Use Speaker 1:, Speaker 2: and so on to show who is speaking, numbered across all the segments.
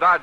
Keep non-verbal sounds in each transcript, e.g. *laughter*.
Speaker 1: large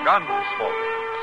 Speaker 1: Gunsmoke,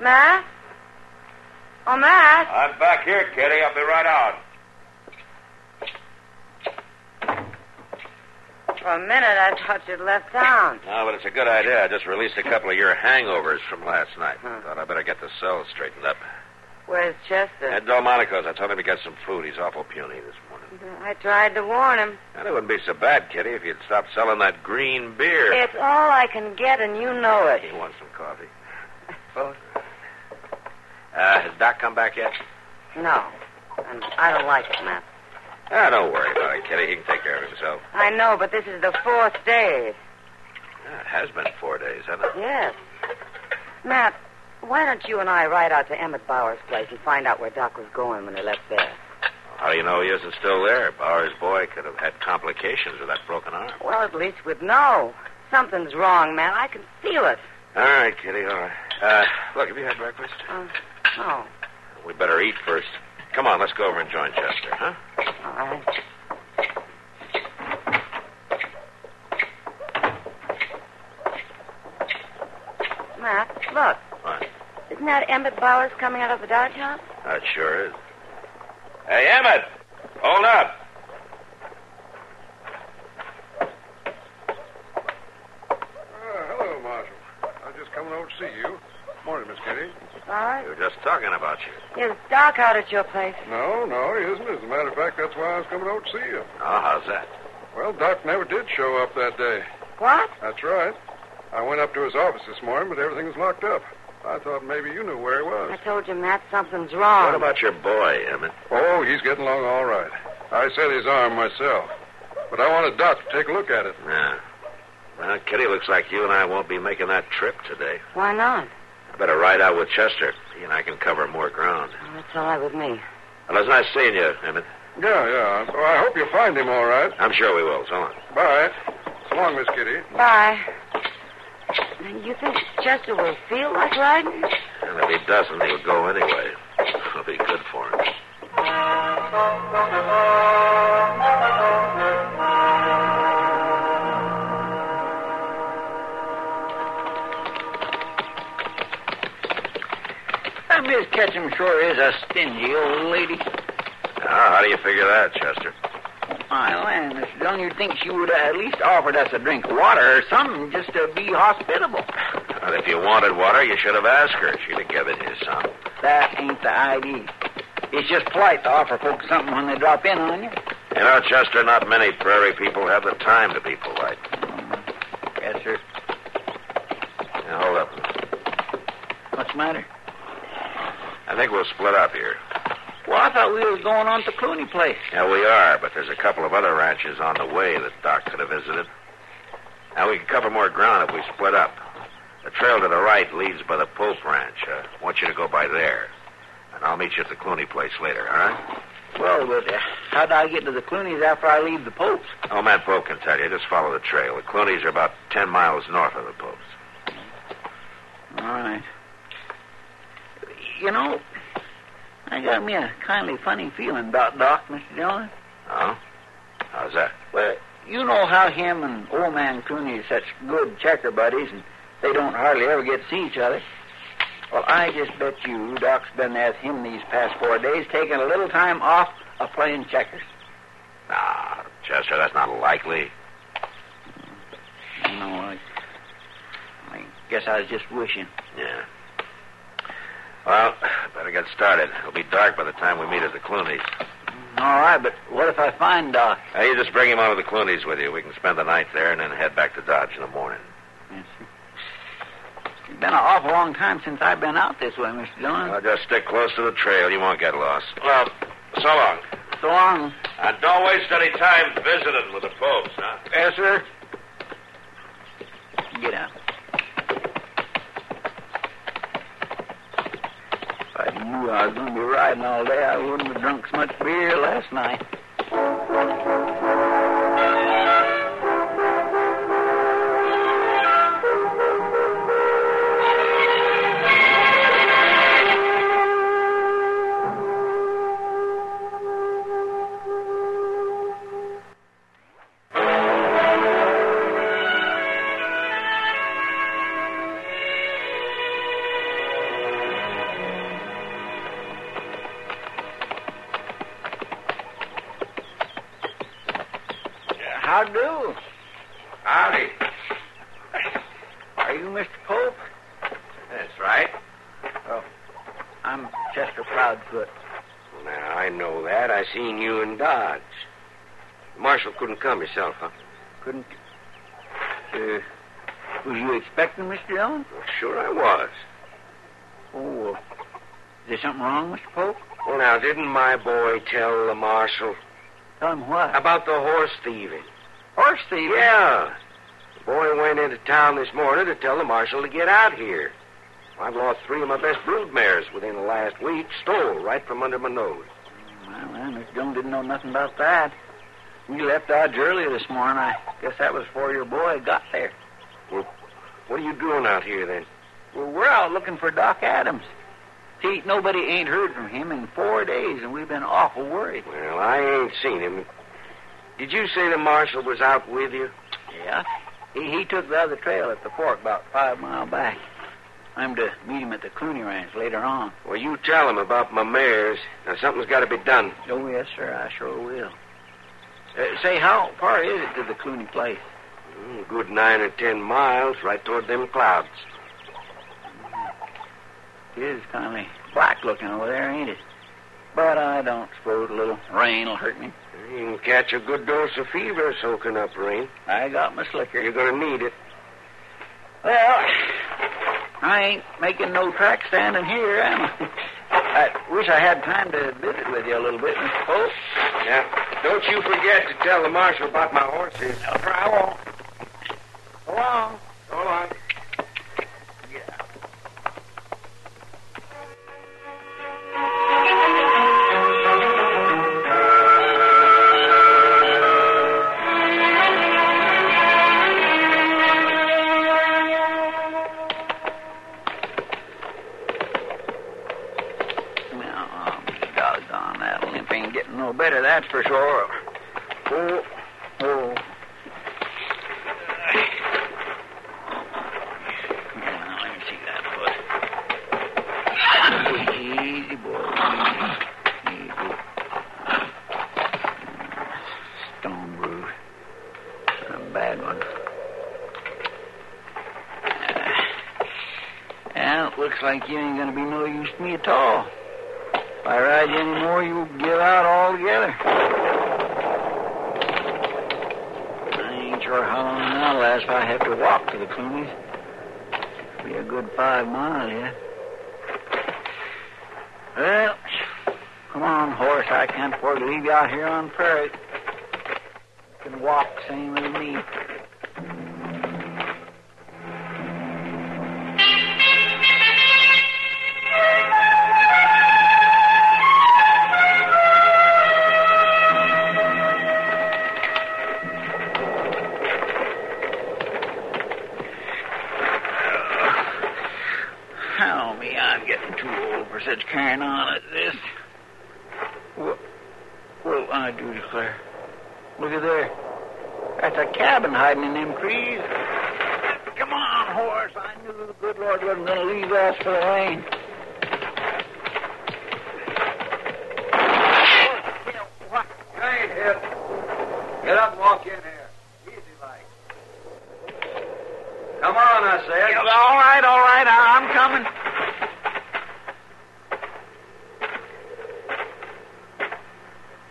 Speaker 2: Matt? Oh, Matt.
Speaker 3: I'm back here, Kitty. I'll be right out.
Speaker 2: For a minute, I thought you'd left town.
Speaker 3: No, but it's a good idea. I just released a couple of your hangovers from last night.
Speaker 2: Huh.
Speaker 3: Thought I better get the cells straightened up.
Speaker 2: Where's Chester?
Speaker 3: At Delmonico's, I told him to get some food. He's awful puny this morning.
Speaker 2: I tried to warn him.
Speaker 3: And it wouldn't be so bad, Kitty, if you'd stop selling that green beer.
Speaker 2: It's all I can get, and you know
Speaker 3: He
Speaker 2: it.
Speaker 3: wants some coffee. Uh, has Doc come back yet?
Speaker 2: No. And I don't like it, Matt.
Speaker 3: Ah, don't worry about it, Kitty. He can take care of himself.
Speaker 2: I know, but this is the fourth day.
Speaker 3: Yeah, Ah, it has been four days, hasn't it?
Speaker 2: Yes. Matt, why don't you and I ride out to Emmett Bauer's place and find out where Doc was going when he left there?
Speaker 3: How do you know he isn't still there? Bauer's boy could have had complications with that broken arm.
Speaker 2: Well, at least we'd know. Something's wrong, Matt. I can feel it.
Speaker 3: All right, Kitty, all right. Uh, look, have you had breakfast?
Speaker 2: Uh, no.
Speaker 3: We better eat first. Come on, let's go over and join Chester, huh?
Speaker 2: All right. Matt, look.
Speaker 3: What?
Speaker 2: Isn't that Emmett Bowers coming out of the dodge house?
Speaker 3: That sure is. Hey, Emmett! Hold up!
Speaker 4: Uh, hello, Marshal. I was just coming over to see you. Morning, Miss Kitty.
Speaker 2: Bowers?
Speaker 3: We were just talking about you.
Speaker 2: Is Doc out at your place?
Speaker 4: No, no, he isn't. As a matter of fact, that's why I was coming over to see you.
Speaker 3: Oh, how's that?
Speaker 4: Well, Doc never did show up that day.
Speaker 2: What?
Speaker 4: That's right. I went up to his office this morning, but everything was locked up. I thought maybe you knew where he
Speaker 2: I
Speaker 4: was.
Speaker 2: told you, Matt, something's wrong.
Speaker 3: What about your boy, Emmett?
Speaker 4: Oh, he's getting along all right. I set his arm myself. But I wanted Doc to take a look at it.
Speaker 3: Yeah. Well, Kitty, looks like you and I won't be making that trip today.
Speaker 2: Why not?
Speaker 3: I better ride out with Chester. He and I can cover more ground.
Speaker 2: Well, Oh, that's all right with me.
Speaker 3: Well, it's nice seeing you, Emmett.
Speaker 4: Yeah, yeah. So I hope you find him all right.
Speaker 3: I'm sure we will. So long.
Speaker 4: Bye. So long, Miss Kitty.
Speaker 2: Bye. You think Chester will feel like riding?
Speaker 3: And if he doesn't, he'll go anyway. *laughs* It'll be good for him.
Speaker 5: That Miss Ketchum sure is a stingy old lady.
Speaker 3: Now, Ah, how do you figure that, Chester?
Speaker 5: My land, Mr. Dillon, you'd think she would have at least offered us a drink of water or something just to be hospitable.
Speaker 3: Well, if you wanted water, you should have asked her. She'd have given you some.
Speaker 5: That ain't the idea. It's just polite to offer folks something when they drop in on you.
Speaker 3: You know, Chester, not many prairie people have the time to be polite.
Speaker 5: Yes, sir.
Speaker 3: Now, hold up.
Speaker 5: What's the matter?
Speaker 3: I think we'll split up here.
Speaker 5: Well, I thought we was going on to Clooney Place.
Speaker 3: Yeah, we are, but there's a couple of other ranches on the way that Doc could have visited. Now, we can cover more ground if we split up. The trail to the right leads by the Pope Ranch. Uh, I want you to go by there. And I'll meet you at the Clooney place later, all right?
Speaker 5: Well, but uh, how do I get to the Clooney's after I leave the Pope's?
Speaker 3: Old man Pope can tell you. Just follow the trail. The Clooney's are about ten miles north of the Pope's.
Speaker 5: All right. You know, I got me a kindly funny feeling about Doc, Mr. Dillon.
Speaker 3: Oh? How's that?
Speaker 5: Well, you know how him and old man Clooney is such good checker buddies, and They don't hardly ever get to see each other. Well, I just bet you Doc's been at him these past four days, taking a little time off of playing checkers.
Speaker 6: Ah, Chester, that's not likely.
Speaker 5: You know, I, I guess I was just wishing.
Speaker 6: Yeah. Well, better get started. It'll be dark by the time we meet at the Clooney's.
Speaker 5: All right, but what if I find Doc?
Speaker 6: Now, you just bring him out of the Clooney's with you. We can spend the night there and then head back to Dodge in the morning.
Speaker 5: It's been an awful long time since I've been out this way, Mr. Dillon.
Speaker 6: Now, just stick close to the trail. You won't get lost. Well, so long.
Speaker 5: so long.
Speaker 6: And don't waste any time visiting with the folks, huh?
Speaker 5: Yes, sir. Get out. If I knew I was going to be riding all day, I wouldn't have drunk so much beer last night. How do?
Speaker 6: Howdy.
Speaker 5: Are you Mr. Pope?
Speaker 6: That's right.
Speaker 5: I'm Chester Proudfoot.
Speaker 3: Now, I know that. I seen you in Dodge. The marshal couldn't come himself, huh?
Speaker 5: Couldn't. Uh, was you expecting Mr. Dillon?
Speaker 3: Well, sure I was.
Speaker 5: Oh, uh, is there something wrong, Mr. Pope?
Speaker 3: Well, now, didn't my boy tell the marshal
Speaker 5: Tell him what?
Speaker 3: about the horse thieving?
Speaker 5: horse thieving.
Speaker 3: Yeah. The boy went into town this morning to tell the marshal to get out here. I've lost three of my best brood mares within the last week, stole right from under my nose.
Speaker 5: Well, well, Mr. Dillon didn't know nothing about that. We left Dodge earlier this morning. I guess that was before your boy got there.
Speaker 3: What are you doing out here, then?
Speaker 5: Well, we're out looking for Doc Adams. See, nobody ain't heard from him in four days, and we've been awful worried.
Speaker 3: Well, I ain't seen him. Did you say the marshal was out with you?
Speaker 5: Yeah. He, he took the other trail at the fork about five mile back. I'm to meet him at the Clooney Ranch later on.
Speaker 3: Well, you tell him about my mares. Now, something's got to be done.
Speaker 5: Oh, yes, sir. I sure will. Uh, say, how far is it to the Clooney place?
Speaker 3: Mm, A good nine or ten miles right toward them clouds.
Speaker 5: It is kind of black looking over there, ain't it? But I don't suppose a little rain will hurt me.
Speaker 3: You can catch a good dose of fever soaking up rain.
Speaker 5: I got my slicker.
Speaker 3: You're going to need it.
Speaker 5: Well, I ain't making no track standing here, am I? *laughs* I wish I had time to visit with you a little bit, Mr. Pope.
Speaker 3: Yeah. Don't you forget to tell the marshal about my horses.
Speaker 5: I won't. So long.
Speaker 3: All right.
Speaker 5: Now, I'll be Uh, doggone, that limp ain't getting no better, that's for sure. Oh, oh. Now, let me see that foot. Easy, boy, easy. Easy. Stone brew. A bad one. Yeah, it looks like you ain't gonna be no use to me at all. If I ride you anymore, you'll give out altogether. I ain't sure how long that'll last if I have to walk to the Clooney's. Be a good five mile yet. Well, come on, horse. I can't afford to leave you out here on prairie. You can walk same as me. Tell me, I'm getting too old for such carrying on as this. Well, well, I do declare. Look at there. That's a cabin hiding in them trees. Come on, horse. I the good Lord wasn't going to leave us for the rain.
Speaker 3: You ain't hit. Get up and walk in here. Easy like. Come on, I said.
Speaker 5: Yeah, all right, all right, I- I'm coming.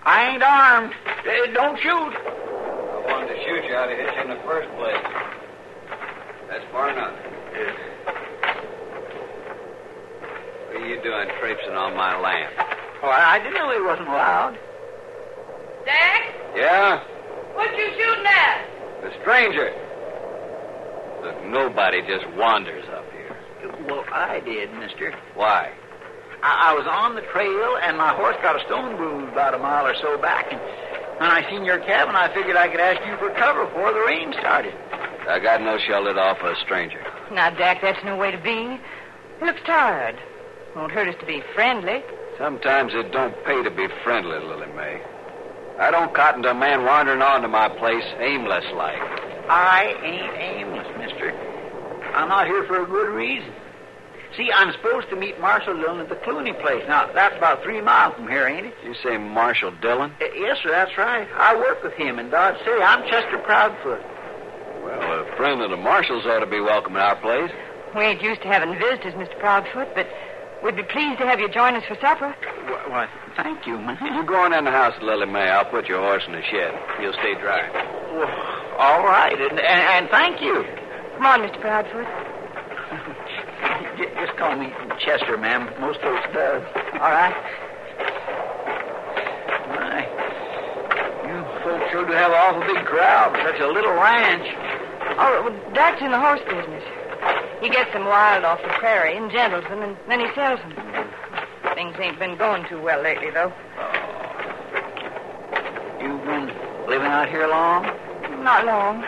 Speaker 5: I ain't armed. Uh, Don't shoot.
Speaker 3: I wanted to shoot you out of hit you in the first place. That's far enough. What are you doing traipsing on my land?
Speaker 5: Well, Oh, I didn't know he wasn't allowed.
Speaker 7: Dax,
Speaker 3: Yeah?
Speaker 7: what you shooting at?
Speaker 3: The stranger. Look, nobody just wanders up here.
Speaker 5: Well, I did, mister.
Speaker 3: Why?
Speaker 5: I, I was on the trail, and my horse got a stone bruise about a mile or so back, and when I seen your cab, and I figured I could ask you for cover before the rain started.
Speaker 3: I got no shelter off a stranger.
Speaker 2: Now, Dak, that's no way to be. He looks tired. Won't hurt us to be friendly.
Speaker 3: Sometimes it don't pay to be friendly, Lily May. I don't cotton to a man wandering onto my place aimless like.
Speaker 5: I ain't aimless, mister. I'm out here for a good reason. See, I'm supposed to meet Marshal Dillon at the Clooney place. Now, that's about three miles from here, ain't it?
Speaker 3: You say Marshal Dillon?
Speaker 5: Uh, yes, sir, that's right. I work with him in Dodge City. I'm Chester Proudfoot.
Speaker 3: Well, a friend of the Marshal's ought to be welcome at our place.
Speaker 2: We ain't used to having visitors, Mr. Proudfoot, but we'd be pleased to have you join us for supper.
Speaker 5: Wh- Why, thank you,
Speaker 3: You
Speaker 5: man.
Speaker 3: go on in the house, Lily May. I'll put your horse in the shed. You'll stay dry.
Speaker 5: Well, all right, and, and, and thank you.
Speaker 2: Come on, Mr. Proudfoot.
Speaker 5: J- Just call me Chester, ma'am. Most folks does. All right? My, you folks sure do have an awful big crowd. for Such a little ranch.
Speaker 2: Oh, well, Dak's in the horse business. He gets them wild off the prairie and gentles them, and then he sells them. Things ain't been going too well lately, though.
Speaker 5: You've been living out here long?
Speaker 2: Not long.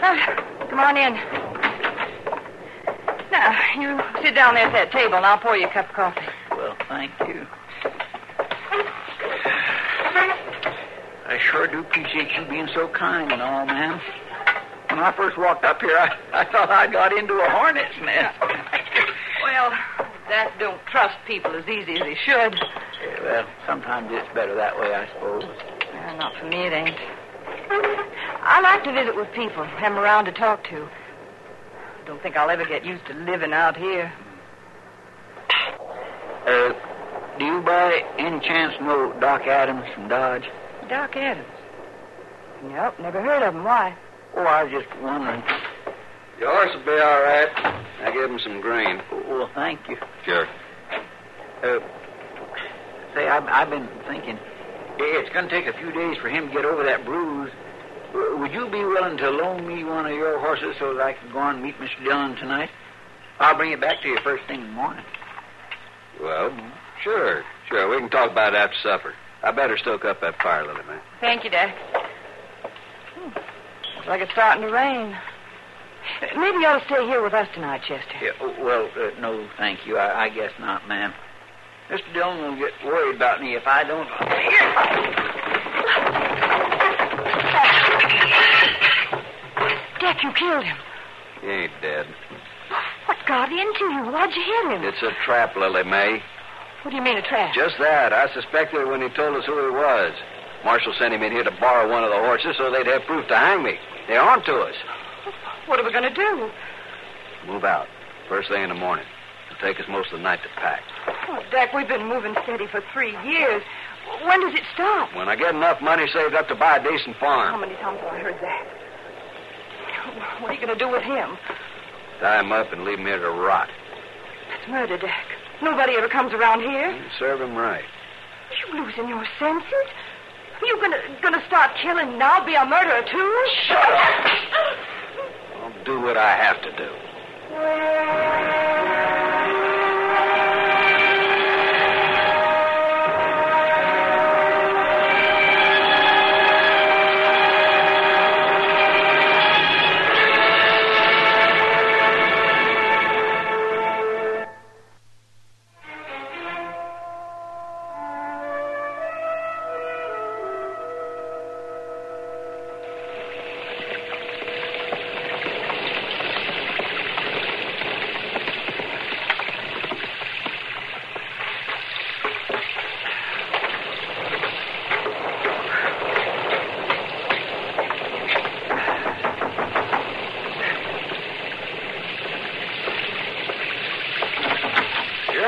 Speaker 2: Ah, come on in. Now, you sit down there at that table, and I'll pour you a cup of coffee.
Speaker 5: Well, thank you. I sure do appreciate you being so kind and all, ma'am. When I first walked up here, I, I thought I got into a hornet's nest.
Speaker 2: Well, Dak don't trust people as easy as he should.
Speaker 5: Yeah, *laughs* well, sometimes it's better that way, I suppose.
Speaker 2: Uh, not for me, it ain't. I like to visit with people, have 'em around to talk to. Don't think I'll ever get used to living out here.
Speaker 5: Uh, do you by any chance know Doc Adams from Dodge?
Speaker 2: Doc Adams. Nope, never heard of him. Why?
Speaker 5: Oh, I was just wondering.
Speaker 3: Your horse will be all right. I give him some grain.
Speaker 5: Well, thank you.
Speaker 3: Sure.
Speaker 5: Uh, say, I've, I've been thinking. i- It's going to take a few days for him to get over that bruise. W- Would you be willing to loan me one of your horses so that I could go on and meet Mr. Dillon tonight? I'll bring it back to you first thing in the morning.
Speaker 3: Well, sure. Sure. We can talk about it after supper. I better stoke up that fire, Lily May.
Speaker 2: Thank you, Dak. Hmm, Looks like it's starting to rain. Uh, Maybe you ought to stay here with us tonight, Chester.
Speaker 5: Yeah, oh, well, uh, no, thank you. I, I guess not, ma'am. Mr. Dillon will get worried about me if I don't.
Speaker 2: Dak, you killed him.
Speaker 3: He ain't dead.
Speaker 2: What got into you? Why'd you hit him?
Speaker 3: It's a trap, Lily May.
Speaker 2: What do you mean, a trap?
Speaker 3: Just that. I suspected it when he told us who he was. Marshal sent him in here to borrow one of the horses so they'd have proof to hang me. They're on to us.
Speaker 2: What are we going to do?
Speaker 3: Move out. First thing in the morning. It'll take us most of the night to pack.
Speaker 2: Oh, Dak, we've been moving steady for three years. When does it stop?
Speaker 3: When I get enough money saved up to buy a decent
Speaker 2: How
Speaker 3: farm,
Speaker 2: many times have I heard that? What are you going to do with him?
Speaker 3: tie him up and leave him here to rot.
Speaker 2: That's murder, Dak. Nobody ever comes around here.
Speaker 3: Serve him right.
Speaker 2: You losing your senses? You gonna gonna start killing now? Be a murderer too? Shut
Speaker 3: I'll do what I have to do.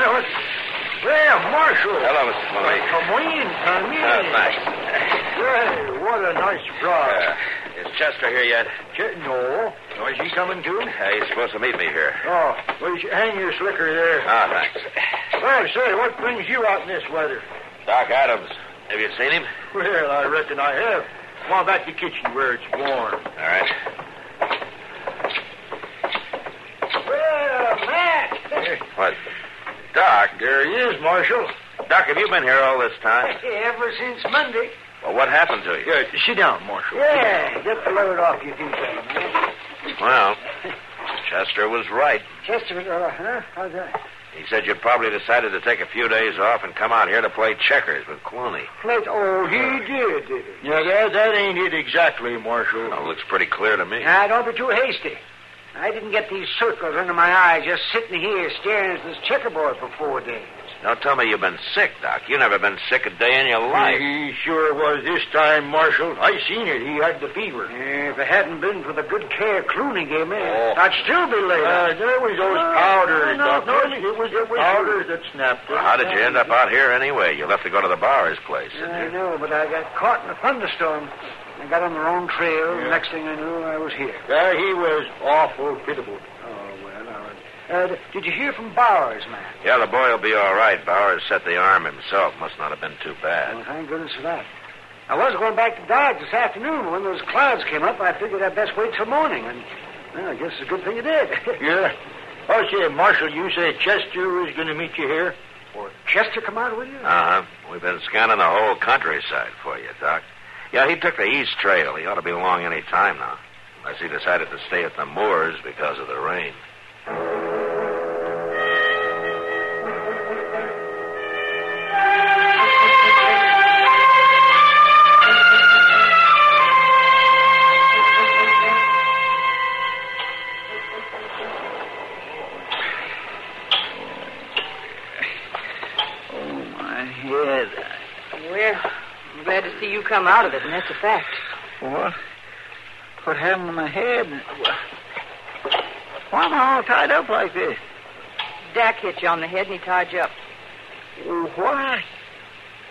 Speaker 5: Well, Marshal.
Speaker 1: Hello, Mr. Fleming.
Speaker 5: Come in, come in.
Speaker 1: Oh,
Speaker 3: Uh,
Speaker 1: thanks.
Speaker 5: Well, what a nice
Speaker 1: Uh,
Speaker 5: drive.
Speaker 1: is Chester here yet?
Speaker 5: Ch- no.
Speaker 1: Oh,
Speaker 5: No, is he coming too?
Speaker 1: Uh, he's supposed to meet me here.
Speaker 5: Oh, well, you hang your slicker there.
Speaker 3: Uh.
Speaker 1: Ah, thanks.
Speaker 5: Well, say, what brings you out in this weather?
Speaker 1: Doc Adams. Have you seen him?
Speaker 5: Well, I reckon I have. Come on back to the kitchen where it's warm.
Speaker 1: All right.
Speaker 5: Well, Matt.
Speaker 1: What? Doc.
Speaker 5: There he is, Marshal.
Speaker 1: Doc, have you been here all this time?
Speaker 5: *laughs* Ever since Monday.
Speaker 1: Well, what happened to you?
Speaker 5: sit down, Marshal. Yeah, get the load off you, do that.
Speaker 1: Well, Chester was right.
Speaker 5: Chester, uh, huh? How's that?
Speaker 1: He said you probably decided to take a few days off and come out here to play checkers with Clooney.
Speaker 5: Plate. Oh, he did, did he? Yeah, that, that ain't it exactly, Marshal.
Speaker 1: Well, looks pretty clear to me.
Speaker 5: Now, don't be too hasty. I didn't get these circles under my eyes just sitting here staring at this checkerboard for four days.
Speaker 1: Don't tell me you've been sick, Doc. You've never been sick a day in your life.
Speaker 5: He sure was this time, Marshal. I seen it. He had the fever. if it hadn't been for the good care Clooney gave me,
Speaker 1: Oh.
Speaker 5: I'd still be laid up. Uh, there was those powders, no, no, No, it was the powders that snapped.
Speaker 1: Well, how did you end up out here anyway? You left to go to the Bower's place,
Speaker 5: I
Speaker 1: didn't you?
Speaker 5: know, but I got caught in a thunderstorm. I got on the wrong trail. and Next thing I knew, I was here. Yeah, he was awful pitiable. Oh, well, all right. Uh, d- did you hear from Bowers, man?
Speaker 1: Yeah, the boy will be all right. Bowers set the arm himself. Must not have been too bad.
Speaker 5: Well, thank goodness for that. I was going back to Dodge this afternoon. but When those clouds came up, I figured I'd best wait till morning. And well, I guess it's a good thing you did. yeah. Oh, say, Marshal, you say Chester was going to meet you here? Or Chester come out with you?
Speaker 1: Uh huh. We've been scanning the whole countryside for you, Doc. Yeah, he took the east trail. He ought to be along any time now. Unless he decided to stay at the Moors because of the rain.
Speaker 5: oh, my head.
Speaker 8: Well, I'm glad to see you come out of it, and that's a fact.
Speaker 5: What? What happened to my head? Why am I all tied up like this?
Speaker 8: Dak hit you on the head, and he tied you up.
Speaker 5: Why?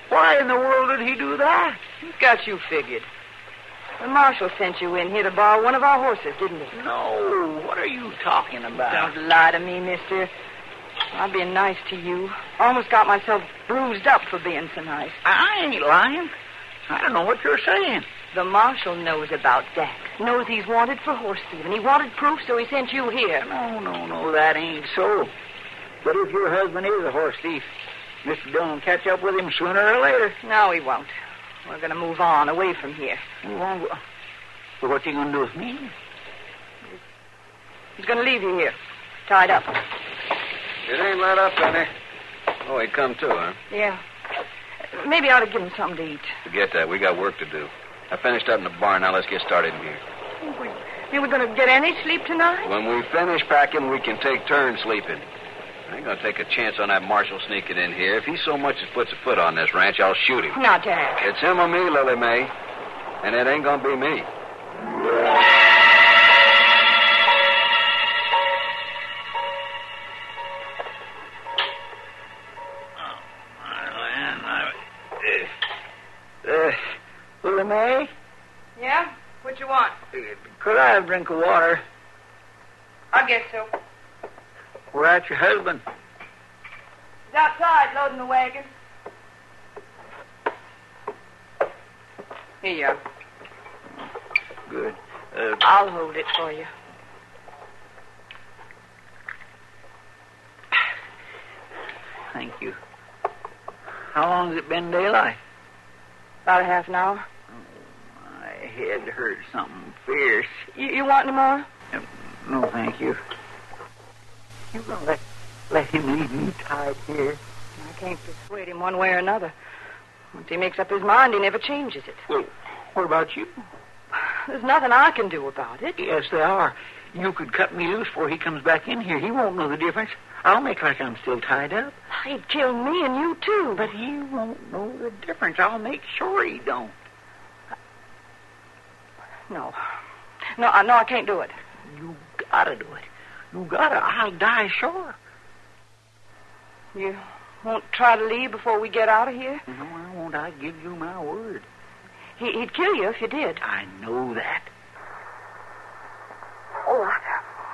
Speaker 5: Why in the world did he do that?
Speaker 8: He's got you figured. The marshal sent you in here to borrow one of our horses, didn't he?
Speaker 5: No. What are you talking about?
Speaker 8: Don't lie to me, mister. I've been nice to you. Almost got myself bruised up for being so nice.
Speaker 5: I ain't lying. I don't know what you're saying.
Speaker 8: The marshal knows about Dak. Knows he's wanted for horse thieving. He wanted proof, so he sent you here.
Speaker 5: No, no, no, that ain't so. But if your husband is a horse thief, Mr. Dillon will catch up with him sooner or later.
Speaker 8: No, he won't. We're going to move on, away from here.
Speaker 5: You won't. Well, what you gonna do with me?
Speaker 8: He's going to leave you here, tied up.
Speaker 3: It ain't let up any. Oh, he come too, huh?
Speaker 8: Yeah. Maybe I ought to give him something to eat.
Speaker 3: Forget that. We got work to do. I finished up in the barn. Now let's get started in here.
Speaker 8: Ain't we going to get any sleep tonight?
Speaker 3: When we finish packing, we can take turns sleeping. I ain't gonna take a chance on that marshal sneaking in here. If he so much as puts a foot on this ranch, I'll shoot him.
Speaker 8: Now, Jack.
Speaker 3: It's him or me, Lily May. And it ain't gonna be me.
Speaker 5: Uh, Willie May,
Speaker 9: Yeah? What you want?
Speaker 5: could I have a drink of water?
Speaker 9: I guess so.
Speaker 5: We're at your husband.
Speaker 9: He's outside loading the wagon.
Speaker 8: Here you are.
Speaker 5: Good. Uh,
Speaker 8: I'll hold it for you.
Speaker 5: thank you. How long has it been daylight?
Speaker 8: About a half an hour.
Speaker 5: My head hurts something fierce.
Speaker 8: You, you want any more?
Speaker 5: No, thank you. You gonna let, let him leave me tied here?
Speaker 8: I can't persuade him one way or another. Once he makes up his mind, he never changes it.
Speaker 5: What about you?
Speaker 8: There's nothing I can do about it.
Speaker 5: Yes, they are. You could cut me loose before he comes back in here. He won't know the difference. I'll make like I'm still tied up.
Speaker 8: He'd kill me and you, too.
Speaker 5: But he won't know the difference. I'll make sure he don't.
Speaker 8: No. No, I, no, I can't do it.
Speaker 5: You gotta do it. You gotta. I'll die sure.
Speaker 8: You,
Speaker 2: Won't try to leave before we get out of here?
Speaker 5: No, I won't. I give you my word.
Speaker 2: He, he'd kill you if you did.
Speaker 5: I know that.
Speaker 8: All right.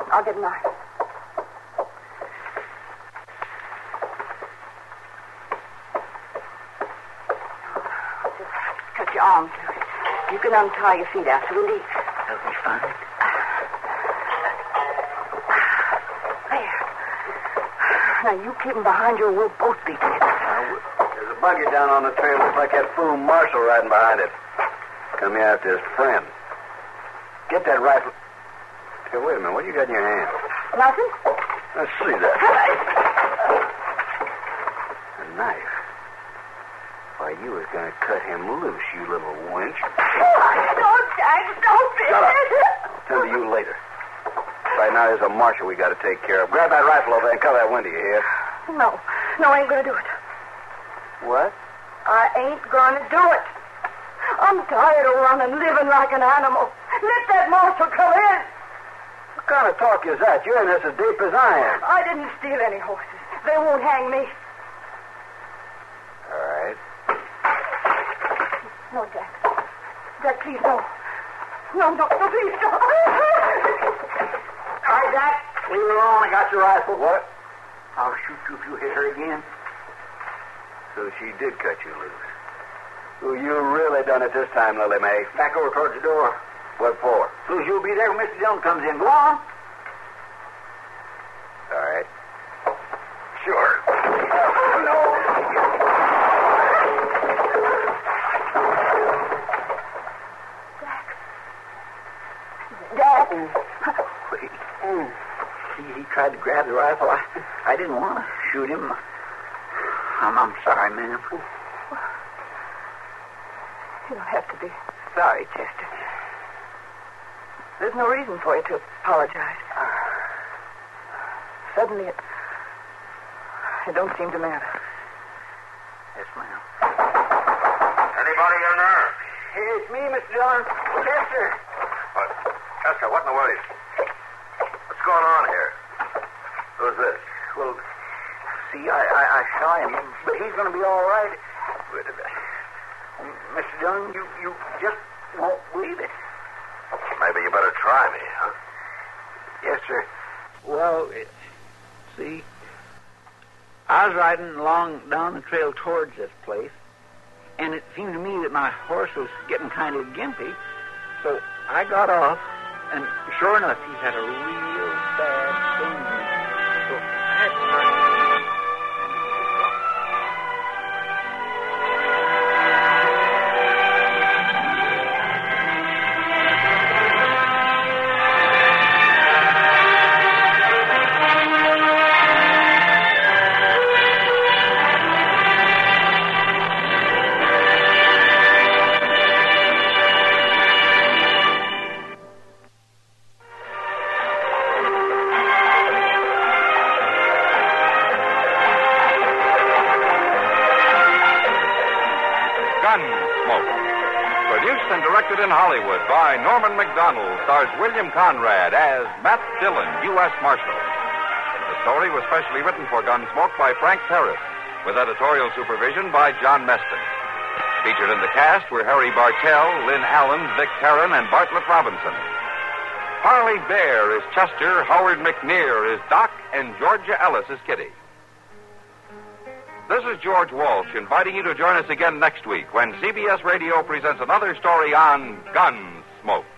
Speaker 8: Oh, I'll get a knife. Just cut your arms loose. You can untie your feet after we leave.
Speaker 5: That'll be fine.
Speaker 8: There. Now you keep him behind you, or we'll both be dead.
Speaker 3: There's a buggy down on the trail. Looks like that fool Marshal riding behind it. Coming after his friend. Get that rifle. Hey, wait a minute. What do you got in your hand?
Speaker 8: Nothing?
Speaker 3: Let's see that. A knife. Why, you was going to cut him loose, you little wench.
Speaker 8: don't, Jack. Don't be.
Speaker 3: Shut up. I'll tend to you later. Right now, there's a marshal we got to take care of. Grab that rifle over there and cover that window, you hear?
Speaker 8: No. No, I ain't going to do it.
Speaker 3: What?
Speaker 8: I ain't going to do it. I'm tired of running, living like an animal. Let that marshal come in.
Speaker 3: What kind of talk is that? You're in this as deep as I am.
Speaker 8: I didn't steal any horses. They won't hang me.
Speaker 3: All right.
Speaker 8: No, Jack. Jack, please, no. No, no, no, please, don't.
Speaker 5: All right, Jack. Leave her alone. I got your rifle.
Speaker 3: What?
Speaker 5: I'll shoot you if you hit her again.
Speaker 3: So she did cut you loose. Well, you really done it this time, Lily May. Back over toward the door. What for?
Speaker 5: Lose, you'll be there when Mr. Dillon comes in. Go on.
Speaker 3: All right. Oh, Sure.
Speaker 8: Jack.
Speaker 5: Wait. He, he tried to grab the rifle. I, I didn't want to shoot him. I'm, I'm sorry, ma'am.
Speaker 8: You don't have to be sorry, Chester. There's no reason for you to apologize. Suddenly, it, it don't seem to matter.
Speaker 5: Yes, ma'am.
Speaker 3: Anybody in there?
Speaker 5: Hey, it's me, Mr. Dillon. Chester.
Speaker 3: What? Uh, Chester, what in the world is... What's going on here? Who's this?
Speaker 5: Well, see, I, I, I saw him, but he's going to be all right. But, uh, Mr. Dillon, you, you just won't believe it.
Speaker 3: Maybe you better try me, huh?
Speaker 5: Yes, sir. Well, it, see, I was riding along down the trail towards this place, and it seemed to me that my horse was getting kind of gimpy, so I got off, and sure enough, he's had a real bad thing. So I had to turn
Speaker 1: Gunsmoke. Produced and directed in Hollywood by Norman McDonald, stars William Conrad as Matt Dillon, U.S. Marshal. The story was specially written for Gunsmoke by Frank Terrace, with editorial supervision by John Meston. Featured in the cast were Harry Bartell, Lynn Allen, Vic Perrin, and Bartlett Robinson. Harley Bear is Chester, Howard McNear is Doc, and Georgia Ellis is Kitty. This is George Walsh inviting you to join us again next week when CBS Radio presents another story on Gunsmoke.